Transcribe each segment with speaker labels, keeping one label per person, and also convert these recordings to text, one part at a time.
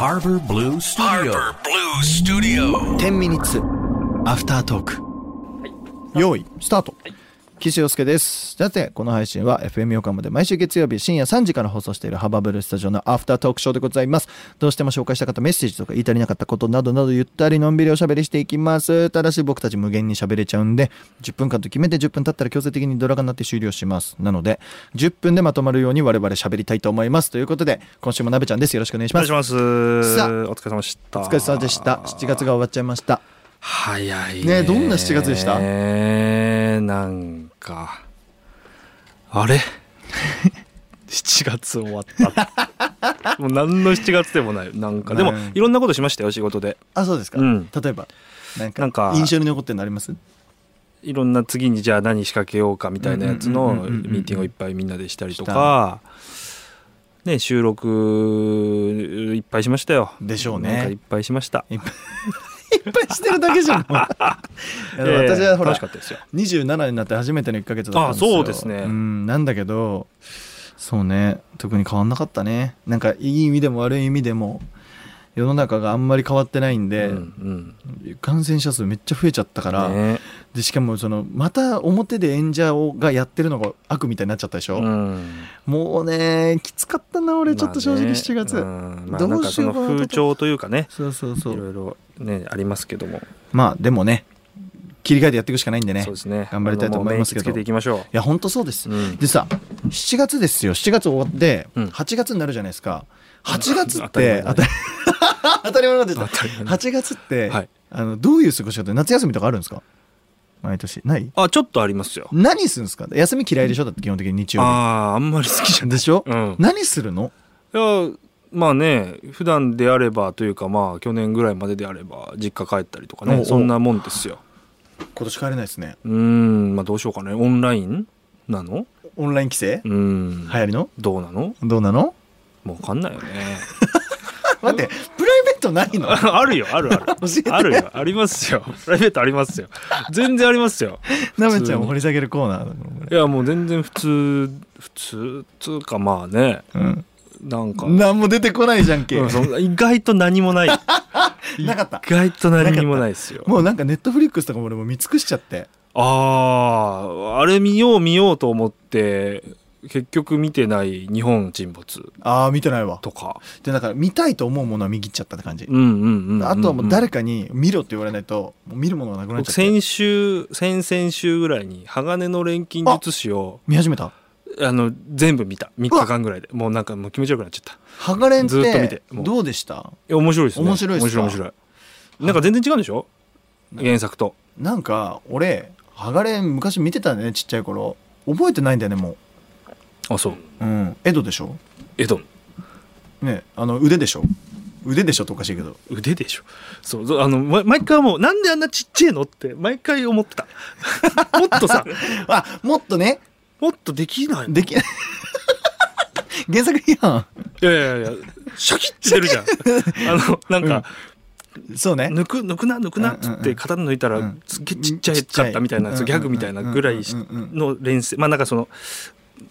Speaker 1: Harbor Blue Studio.
Speaker 2: 10ミニッツアフタートーク、用意スタート、岸洋介ですさてこの配信は FM 横浜で毎週月曜日深夜3時から放送しているハバブルスタジオのアフタートークショーでございますどうしても紹介したかったメッセージとか言い足りなかったことなどなどゆったりのんびりおしゃべりしていきますただし僕たち無限に喋れちゃうんで10分間と決めて10分経ったら強制的にドラガになって終了しますなので10分でまとまるように我々喋りたいと思いますということで今週もなべちゃんですよろしくお願いし
Speaker 3: お願
Speaker 2: ま
Speaker 3: い
Speaker 2: す
Speaker 3: します。さあ
Speaker 2: お疲れ様でした
Speaker 3: お疲れ様でした7月が終わっちゃいました
Speaker 2: 早い
Speaker 3: ねどんな7月でした
Speaker 2: えーなんかあ れ7月終わった もう何の7月でもないなんかでも
Speaker 3: うん
Speaker 2: いろんなことしましたよ仕事で
Speaker 3: あそうですか、
Speaker 2: うん
Speaker 3: 例えばなんか
Speaker 2: なんか
Speaker 3: 印象に残ってるのあります
Speaker 2: いろんな次にじゃあ何仕掛けようかみたいなやつ
Speaker 3: うん
Speaker 2: の
Speaker 3: うんうんうんうんうん
Speaker 2: ミーティングをいっぱいみんなでしたりとか、ね、収録いっぱいしましたよ。
Speaker 3: でしょう
Speaker 2: なんかい
Speaker 3: ね
Speaker 2: っぱいしました。
Speaker 3: いっぱいいっぱいしてるだけ じゃんいやでも私はほ
Speaker 2: えー楽
Speaker 3: ら
Speaker 2: しかったですよ。
Speaker 3: 27になって初めての1か月だったんですよ
Speaker 2: あそうですね
Speaker 3: うんなんだけどそうね特に変わんなかったねなんかいい意味でも悪い意味でも世の中があんまり変わってないんで、
Speaker 2: うん
Speaker 3: 感染者数めっちゃ増えちゃったか
Speaker 2: う
Speaker 3: ら、
Speaker 2: んね
Speaker 3: でしかもそのまた表で演者をがやってるのが悪みたいになっちゃったでしょ、
Speaker 2: うん
Speaker 3: もうねきつかったな俺ちょっと正直
Speaker 2: まあね
Speaker 3: 7月、
Speaker 2: うんまあ、
Speaker 3: ど
Speaker 2: なん
Speaker 3: う
Speaker 2: か
Speaker 3: し
Speaker 2: そ
Speaker 3: よ
Speaker 2: の
Speaker 3: うかなと
Speaker 2: 風潮というかね
Speaker 3: そうそう
Speaker 2: い
Speaker 3: そ
Speaker 2: ろ
Speaker 3: う
Speaker 2: いろねありますけども、
Speaker 3: まあでもね切り替えてやっていくしかないんでね
Speaker 2: そうですね
Speaker 3: 頑張りたいと思いますけど
Speaker 2: あのもう免疫つけていきましょ
Speaker 3: いや本当そうです、
Speaker 2: う、うん
Speaker 3: でさ7月ですよ7月終わって
Speaker 2: うん
Speaker 3: 8月になるじゃないですか8月っ
Speaker 2: 当たり
Speaker 3: て当
Speaker 2: 前だ
Speaker 3: たり当たり前 になってた
Speaker 2: 当たり前
Speaker 3: 8月って、
Speaker 2: はい
Speaker 3: あのどういう過ごし方夏休みとかあるんですか毎年ない
Speaker 2: あちょっとありますよ
Speaker 3: 何するんですか休み嫌いでしょだって基本的に日
Speaker 2: あ
Speaker 3: 曜
Speaker 2: ああんまり好きじゃ
Speaker 3: 日でしょ、
Speaker 2: ない、うん、
Speaker 3: 何するの
Speaker 2: いやまあね普段であればというかまあ去年ぐらいまでであれば実家帰ったりとか
Speaker 3: おうお
Speaker 2: ね
Speaker 3: う
Speaker 2: そんなもんですよ
Speaker 3: 今年帰れないですね
Speaker 2: うーんまあどうしようかねオンラインなの
Speaker 3: オンライン規制、
Speaker 2: うーん、
Speaker 3: 流行りの
Speaker 2: どうなの
Speaker 3: どうなの
Speaker 2: もう分かんないよね
Speaker 3: 待ってプライベートないの
Speaker 2: あるよあるある
Speaker 3: 教えて
Speaker 2: あるよありますよプライベートありますよ全然ありますよ
Speaker 3: なめちゃんを掘り下げるコーナーだからこ
Speaker 2: いやもう全然普通普通つうかまあね
Speaker 3: れうん
Speaker 2: なんか、
Speaker 3: 何も出てこないじゃんけ、
Speaker 2: うんそんな意外と何もない
Speaker 3: なかった
Speaker 2: 意外と何にもないですよ
Speaker 3: もうなんかネットフリックスとかも俺もう見尽くしちゃって
Speaker 2: あーあれ見よう見ようと思って結局見てない日本沈没
Speaker 3: ああ見てないわ
Speaker 2: とか
Speaker 3: でだから見たいと思うものは見切っちゃったって感じ、
Speaker 2: うんうんうんんん
Speaker 3: あとはもう誰かに見ろって言われないともう見るものがなくなっちゃっ
Speaker 2: 僕
Speaker 3: て
Speaker 2: 先週先々週ぐらいに「鋼の錬金術師を」
Speaker 3: 見始めた
Speaker 2: あの全部見た3日間ぐらいでもうなんかもう気持ちよくなっちゃったい
Speaker 3: ハガレンっ
Speaker 2: ずっと見て
Speaker 3: て
Speaker 2: もう
Speaker 3: どうでした
Speaker 2: や面白いですね
Speaker 3: 面白いっ
Speaker 2: ですす
Speaker 3: か
Speaker 2: 面白い面白いなんか全然違うんでしょ原作と
Speaker 3: なんか俺ハガレン昔見てたんだよねちっちゃい頃覚えてないんだよねも
Speaker 2: あそう
Speaker 3: ううん江戸でしょ
Speaker 2: えっと
Speaker 3: ねあの腕でしょ腕でしょっておかしいけど
Speaker 2: 腕でしょそうそうあのま毎回もうなんであんなちっちゃいのって毎回思ってた もっとさ
Speaker 3: あもっとね
Speaker 2: もっとできないの
Speaker 3: でき原作批判
Speaker 2: いやいやいやシャキッて出る じゃんあのなんか、
Speaker 3: そうね
Speaker 2: 抜く抜くな抜くなっつ
Speaker 3: うん
Speaker 2: っ
Speaker 3: うんう
Speaker 2: て
Speaker 3: ん
Speaker 2: 刀抜いたら、
Speaker 3: うん
Speaker 2: すっげえちっちゃいかったみたいな、
Speaker 3: ちっちゃい
Speaker 2: そうギャグみたいなぐらいし
Speaker 3: うんうんうんうん
Speaker 2: の連戦まあなんかその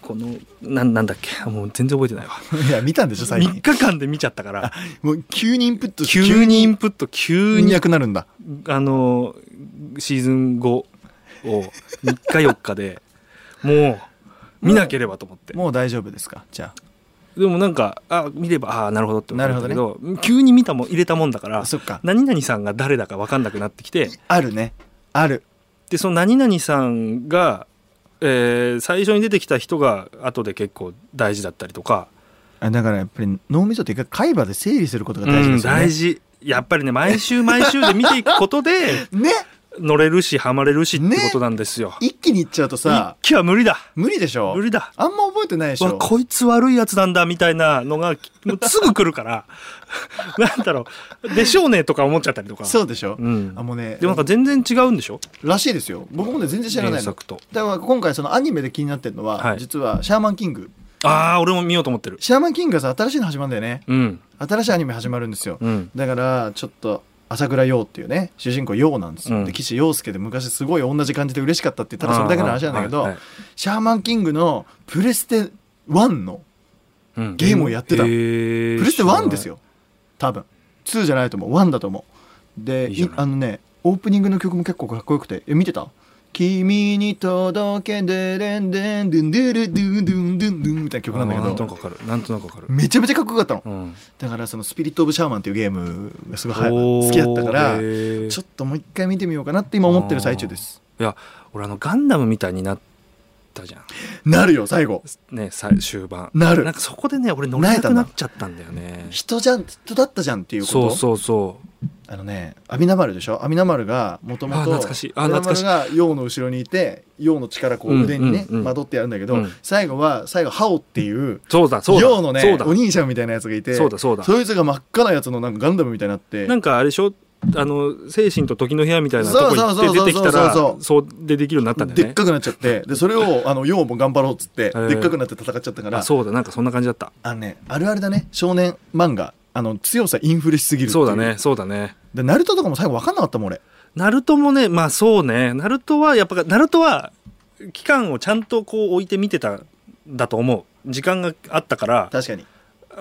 Speaker 2: このなんなんだっけあもう全然覚えてないわ
Speaker 3: いや見たんでしょ最
Speaker 2: 3
Speaker 3: 近
Speaker 2: 日間で見ちゃったから
Speaker 3: もう急にインプット
Speaker 2: 急にインプット急
Speaker 3: 急に
Speaker 2: に
Speaker 3: なくなるんだ
Speaker 2: あのシーズン5を3日4日でもう見なければと思って
Speaker 3: もう大丈夫ですかじゃ
Speaker 2: でもなんかあ見ればああなるほどって思ったけ
Speaker 3: なる
Speaker 2: ど急に見たもん入れたもんだから
Speaker 3: あそっか
Speaker 2: 何々さんが誰だか分かんなくなってきて
Speaker 3: あるねある
Speaker 2: でその何々さんが、えー最初に出てきた人が後で結構大事だったりとか、
Speaker 3: あだからやっぱり脳みそって一回海馬で整理することが大事
Speaker 2: う
Speaker 3: で
Speaker 2: ん
Speaker 3: すよね、
Speaker 2: 大事やっぱりね毎週毎週で見ていくこと で
Speaker 3: ね
Speaker 2: 乗れるしハマれるしってことなんですよ。
Speaker 3: 一気にいっちゃうとさ
Speaker 2: 一気は無理だ
Speaker 3: 無理でしょ
Speaker 2: 無理だ
Speaker 3: あんま覚えてないでし
Speaker 2: わ
Speaker 3: ょ
Speaker 2: こいつ悪いやつなんだみたいなのがもうすぐ来るから なんだろうでしょうねとか思っちゃったりとか
Speaker 3: そうでしょ、
Speaker 2: うん
Speaker 3: あもうね
Speaker 2: でもなんか全然違うんでしょ
Speaker 3: らしいですよ僕もね全然知らない
Speaker 2: 原
Speaker 3: の
Speaker 2: 作と
Speaker 3: だから今回そのアニメで気になってるのは、
Speaker 2: はい
Speaker 3: 実はシャーマンキング
Speaker 2: ああ俺も見ようと思ってる
Speaker 3: シャーマンキングがさ新しいの始まるんだよね
Speaker 2: うん
Speaker 3: 新しいアニメ始まるんですよ、
Speaker 2: うん
Speaker 3: だからちょっと朝倉陽っていうね主人公陽なんですよ、
Speaker 2: うん
Speaker 3: で岸陽介で昔すごい同じ感じで嬉しかったってただそれだけの話なんだけど、
Speaker 2: あーはいはい
Speaker 3: シャーマンキングのプレステ1の
Speaker 2: うん
Speaker 3: ゲームをやってた
Speaker 2: へー
Speaker 3: プレステ1ですよ多分2じゃないと思う1だと思うで
Speaker 2: いいじゃない
Speaker 3: あのねオープニングの曲も結構かっこよくてえ見てた君に届けでれんでんでんでるドゥンドゥンドゥンドゥンみたいな曲なんだ
Speaker 2: なん
Speaker 3: け
Speaker 2: とな
Speaker 3: ど
Speaker 2: くわかるなんとなくわかる
Speaker 3: めちゃめちゃかっこよかったの
Speaker 2: うん
Speaker 3: だからそのスピリット・オブ・シャーマンっていうゲームがすごい流行
Speaker 2: おー
Speaker 3: 好きだったから
Speaker 2: へー
Speaker 3: ちょっともう一回見てみようかなって今思ってる最中です
Speaker 2: いや俺あのガンダムみたいになったじゃん
Speaker 3: なるよ最後
Speaker 2: ね最終盤
Speaker 3: なる
Speaker 2: んかそこでね俺乗れなくなっちゃったんだよね
Speaker 3: 人じゃん人だったじゃんっていうこと
Speaker 2: そうそうそう
Speaker 3: あのね阿弥陀丸でしょ阿弥陀丸がもとも
Speaker 2: あ
Speaker 3: と
Speaker 2: 懐かしいあ懐かしい
Speaker 3: が陽の後ろにいて陽の力こ
Speaker 2: うん
Speaker 3: う腕にね
Speaker 2: うんうん
Speaker 3: まとってやるんだけど、
Speaker 2: うん
Speaker 3: 最後は最後ハオっていう
Speaker 2: そうだそうだ
Speaker 3: 陽の
Speaker 2: そう
Speaker 3: ね
Speaker 2: だ
Speaker 3: お兄ちゃんみたいなやつがいて
Speaker 2: そうだそうだ
Speaker 3: そいつが真っ赤なやつのなんかガンダムみたいになって
Speaker 2: なんかあれでしょあの精神と時の部屋みたいなとこ行って
Speaker 3: そうそうそ
Speaker 2: 出
Speaker 3: うそう
Speaker 2: てきた
Speaker 3: そう
Speaker 2: ら
Speaker 3: そうそう
Speaker 2: そうでできるようになったんだよ
Speaker 3: でっ
Speaker 2: ね
Speaker 3: かくなっちゃってでそれをあの陽も頑張ろうっつって
Speaker 2: ー
Speaker 3: でっかくなって戦っちゃったから
Speaker 2: あそうだなんかそんな感じだった
Speaker 3: あのねあるあるだね少年漫画あの強さインフレしすぎるってい
Speaker 2: そうだねそうだね
Speaker 3: でナルトとかも最後分かんなかったもん俺
Speaker 2: ナルトもねまあそうねナルトはやっぱナルトは期間をちゃんとこう置いて見てたんだと思う時間があったから
Speaker 3: 確かに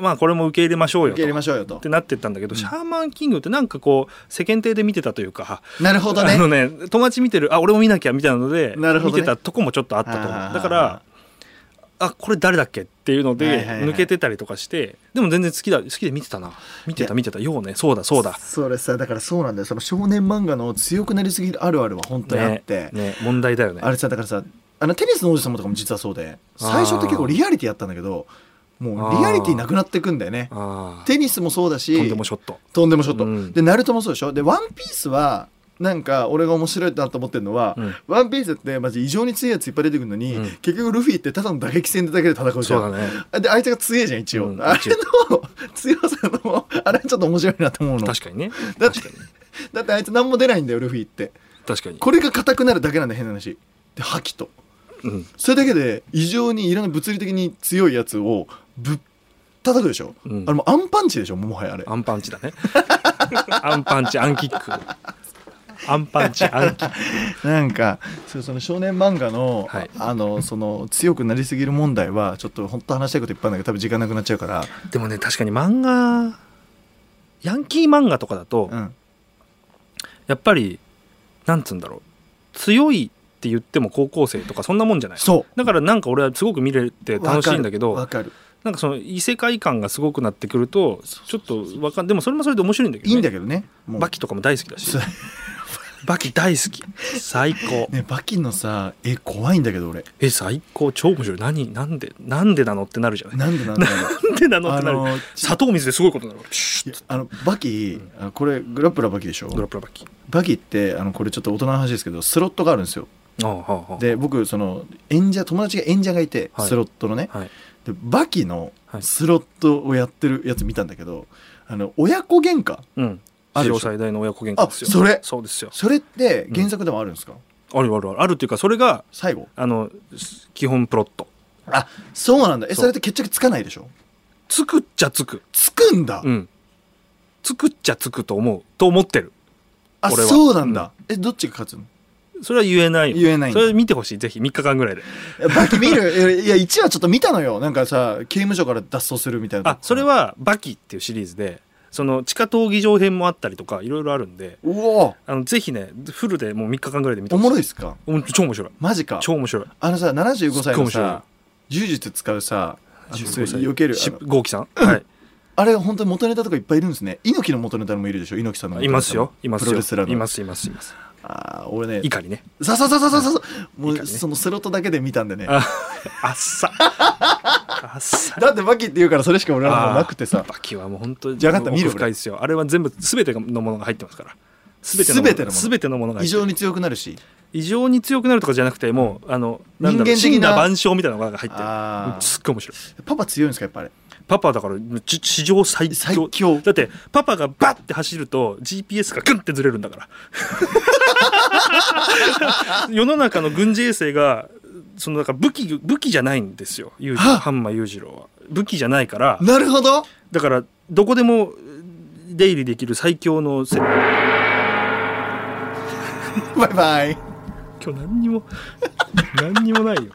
Speaker 2: まあこれも受け入れましょうよ
Speaker 3: 受け入れ
Speaker 2: と
Speaker 3: ましょうよと
Speaker 2: ってなってったんだけど、シャーマンキングってなんかこう世間体で見てたというか、
Speaker 3: なるほど
Speaker 2: あ
Speaker 3: ね
Speaker 2: のね友達見てるあ俺も見なきゃみたいなので
Speaker 3: なるほどね
Speaker 2: 見てたとこもちょっ とあったと思う
Speaker 3: はあはあはあ
Speaker 2: だからあこれ誰だっけっていうの
Speaker 3: はいは
Speaker 2: で
Speaker 3: いはい
Speaker 2: 抜けてたりとかして、でも全然好きだ好きで見てたな見てた見てたようねそうだそうだ
Speaker 3: それさだからそうなんだよその少年漫画の強くなりすぎるあるあるは本当にあっ
Speaker 2: ね
Speaker 3: て、
Speaker 2: ね問題だよね
Speaker 3: あれさだからさあのテニスの王子様とかも実はそうで
Speaker 2: あー
Speaker 3: 最初って結構リアリティやったんだけどもうリアリティなくなってくんだよね
Speaker 2: あー
Speaker 3: テニスもそうだし
Speaker 2: とんでもショット
Speaker 3: とんでもショット、
Speaker 2: うん
Speaker 3: でナルトもそうでしょでワンピースはなんか俺が面白いなと思ってるのは、
Speaker 2: うん
Speaker 3: ワンピースってマジ異常に強いやついっぱい出てくるのに、
Speaker 2: うん
Speaker 3: 結局ルフィってただの打撃戦でだけで戦うじゃ
Speaker 2: そ
Speaker 3: ん
Speaker 2: うだね
Speaker 3: であいつが強いじゃん一応、
Speaker 2: うん
Speaker 3: あれの強さのあれはちょっと面白いなと思うの
Speaker 2: 確かにね
Speaker 3: だっ
Speaker 2: 確
Speaker 3: て
Speaker 2: かに
Speaker 3: だってあいつ何も出ないんだよルフィって
Speaker 2: 確かに
Speaker 3: これが硬くなるだけなんだ変な話で覇気と
Speaker 2: うん
Speaker 3: それだけで異常にいろんな物理的に強いやつをぶっ叩くでしょ、
Speaker 2: うん
Speaker 3: あれもうアンパンチでしょもはやあれ
Speaker 2: アンパンチだね アンパンチアンキックアンパンチアンキック
Speaker 3: なんかそうその少年漫画の,、
Speaker 2: はい
Speaker 3: あのその強くなりすぎる問題はちょっと本当話したいこといっぱいあるんだけど多分時間なくなっちゃうから、
Speaker 2: でもね確かに漫画ヤンキー漫画とかだと、
Speaker 3: うん、
Speaker 2: やっぱりなんつうんだろう強いって言っても高校生とかそんなもんじゃない
Speaker 3: そう
Speaker 2: だからなんか俺はすごく見れて楽しいんだけ
Speaker 3: わ
Speaker 2: ど
Speaker 3: かる
Speaker 2: なんかその異世界感がすごくなってくるとちょっとわかんでもそれもそれで面白いんだけど、
Speaker 3: いいんだけどねもう
Speaker 2: バキとかも大好きだし
Speaker 3: そう
Speaker 2: バキ大好き最高
Speaker 3: ねバキのさ絵怖いんだけど俺
Speaker 2: え最高超面白い何なんでなんでなのってなるじゃない
Speaker 3: なんでなんだろう
Speaker 2: なんでなのってなる
Speaker 3: あの
Speaker 2: 砂糖水ですごいことになるピシ
Speaker 3: い
Speaker 2: ュッ
Speaker 3: やあのバキ、あこれグラップラーバキでしょ
Speaker 2: ドラップラバキ
Speaker 3: バキってあのこれちょっと大人の話ですけどスロットがあるんですよ
Speaker 2: ああはあはあ
Speaker 3: で僕その演者友達が演者がいて、
Speaker 2: はい
Speaker 3: スロットのね、
Speaker 2: はい
Speaker 3: でバキの
Speaker 2: はい
Speaker 3: スロットをやってるやつ見たんだけどあの親子喧嘩
Speaker 2: うん
Speaker 3: あ
Speaker 2: 史
Speaker 3: るでしょ
Speaker 2: 上最大の親子喧嘩ですよ
Speaker 3: あそれ
Speaker 2: そうですよ
Speaker 3: それって原作でもあるんですか、
Speaker 2: あるあるあるあるっていうかそれが
Speaker 3: 最後
Speaker 2: あのす基本プロット
Speaker 3: あそうなんだえ
Speaker 2: そ
Speaker 3: そうれって決着つかないでしょ
Speaker 2: つくっちゃつく
Speaker 3: つくんだ、
Speaker 2: うんつくっちゃつくと思うと思ってる
Speaker 3: あ
Speaker 2: 俺は
Speaker 3: そうなんだ、えどっちが勝つの
Speaker 2: それは言えない
Speaker 3: 言えないん
Speaker 2: そ
Speaker 3: だ
Speaker 2: れ見てほしいぜひ3日間ぐらいで
Speaker 3: いやバキ見 るいや1話ちょっと見たのよなんかさ刑務所から脱走するみたいな
Speaker 2: あそれは「バキ」っていうシリーズでその地下闘技場編もあったりとかいろいろあるんで
Speaker 3: うお
Speaker 2: あのぜひねフルでもう3日間ぐらいで見て
Speaker 3: お
Speaker 2: ほし
Speaker 3: もろいっすか
Speaker 2: うん超面白い
Speaker 3: マジか
Speaker 2: 超面白い
Speaker 3: あのさ75歳の
Speaker 2: すっごい面白
Speaker 3: さ柔術使うさあの
Speaker 2: 15歳
Speaker 3: 避ける
Speaker 2: し
Speaker 3: あの
Speaker 2: ゴーキさんはい
Speaker 3: あれ本当に元ネタとかいっぱいいるんですね猪木の元ネタもいるでしょ猪木さんの元ネ
Speaker 2: い
Speaker 3: タ
Speaker 2: ますよいま
Speaker 3: プ
Speaker 2: す
Speaker 3: ロ
Speaker 2: よ
Speaker 3: レスラーの
Speaker 2: いますいますいます
Speaker 3: ああ俺ね
Speaker 2: 怒りね
Speaker 3: さささささささも
Speaker 2: いか
Speaker 3: う
Speaker 2: にね
Speaker 3: そのスロットだけで見たんでね
Speaker 2: ああっさあっさ
Speaker 3: だってバキって言うからそれしか俺らのなくてさ
Speaker 2: バキはもう本当に
Speaker 3: じゃあ分かった見る
Speaker 2: 奥深いですよあれは全部全てのものが入ってますから全ての
Speaker 3: 全てのもの
Speaker 2: 全てのものが
Speaker 3: 異
Speaker 2: 異常
Speaker 3: 常に強くなるし
Speaker 2: 異常に強くなるとかじゃなくてもうあのなんだろう
Speaker 3: 人間的な
Speaker 2: 真羅万象みたいなのが入ってる
Speaker 3: あー
Speaker 2: すっごい面白い
Speaker 3: パパ強いんですかやっぱり
Speaker 2: パパだからち史上最強
Speaker 3: 最強
Speaker 2: だってパパがバッて走ると GPS がグンってずれるんだから 世の中の軍事衛星がそのだから武器武器じゃないんですよ裕次郎
Speaker 3: はっ
Speaker 2: ハンマー裕次郎は武器じゃないから
Speaker 3: なるほど
Speaker 2: だからどこでも出入りできる最強のせ今
Speaker 3: バイバイ
Speaker 2: 日何にも何にもないよ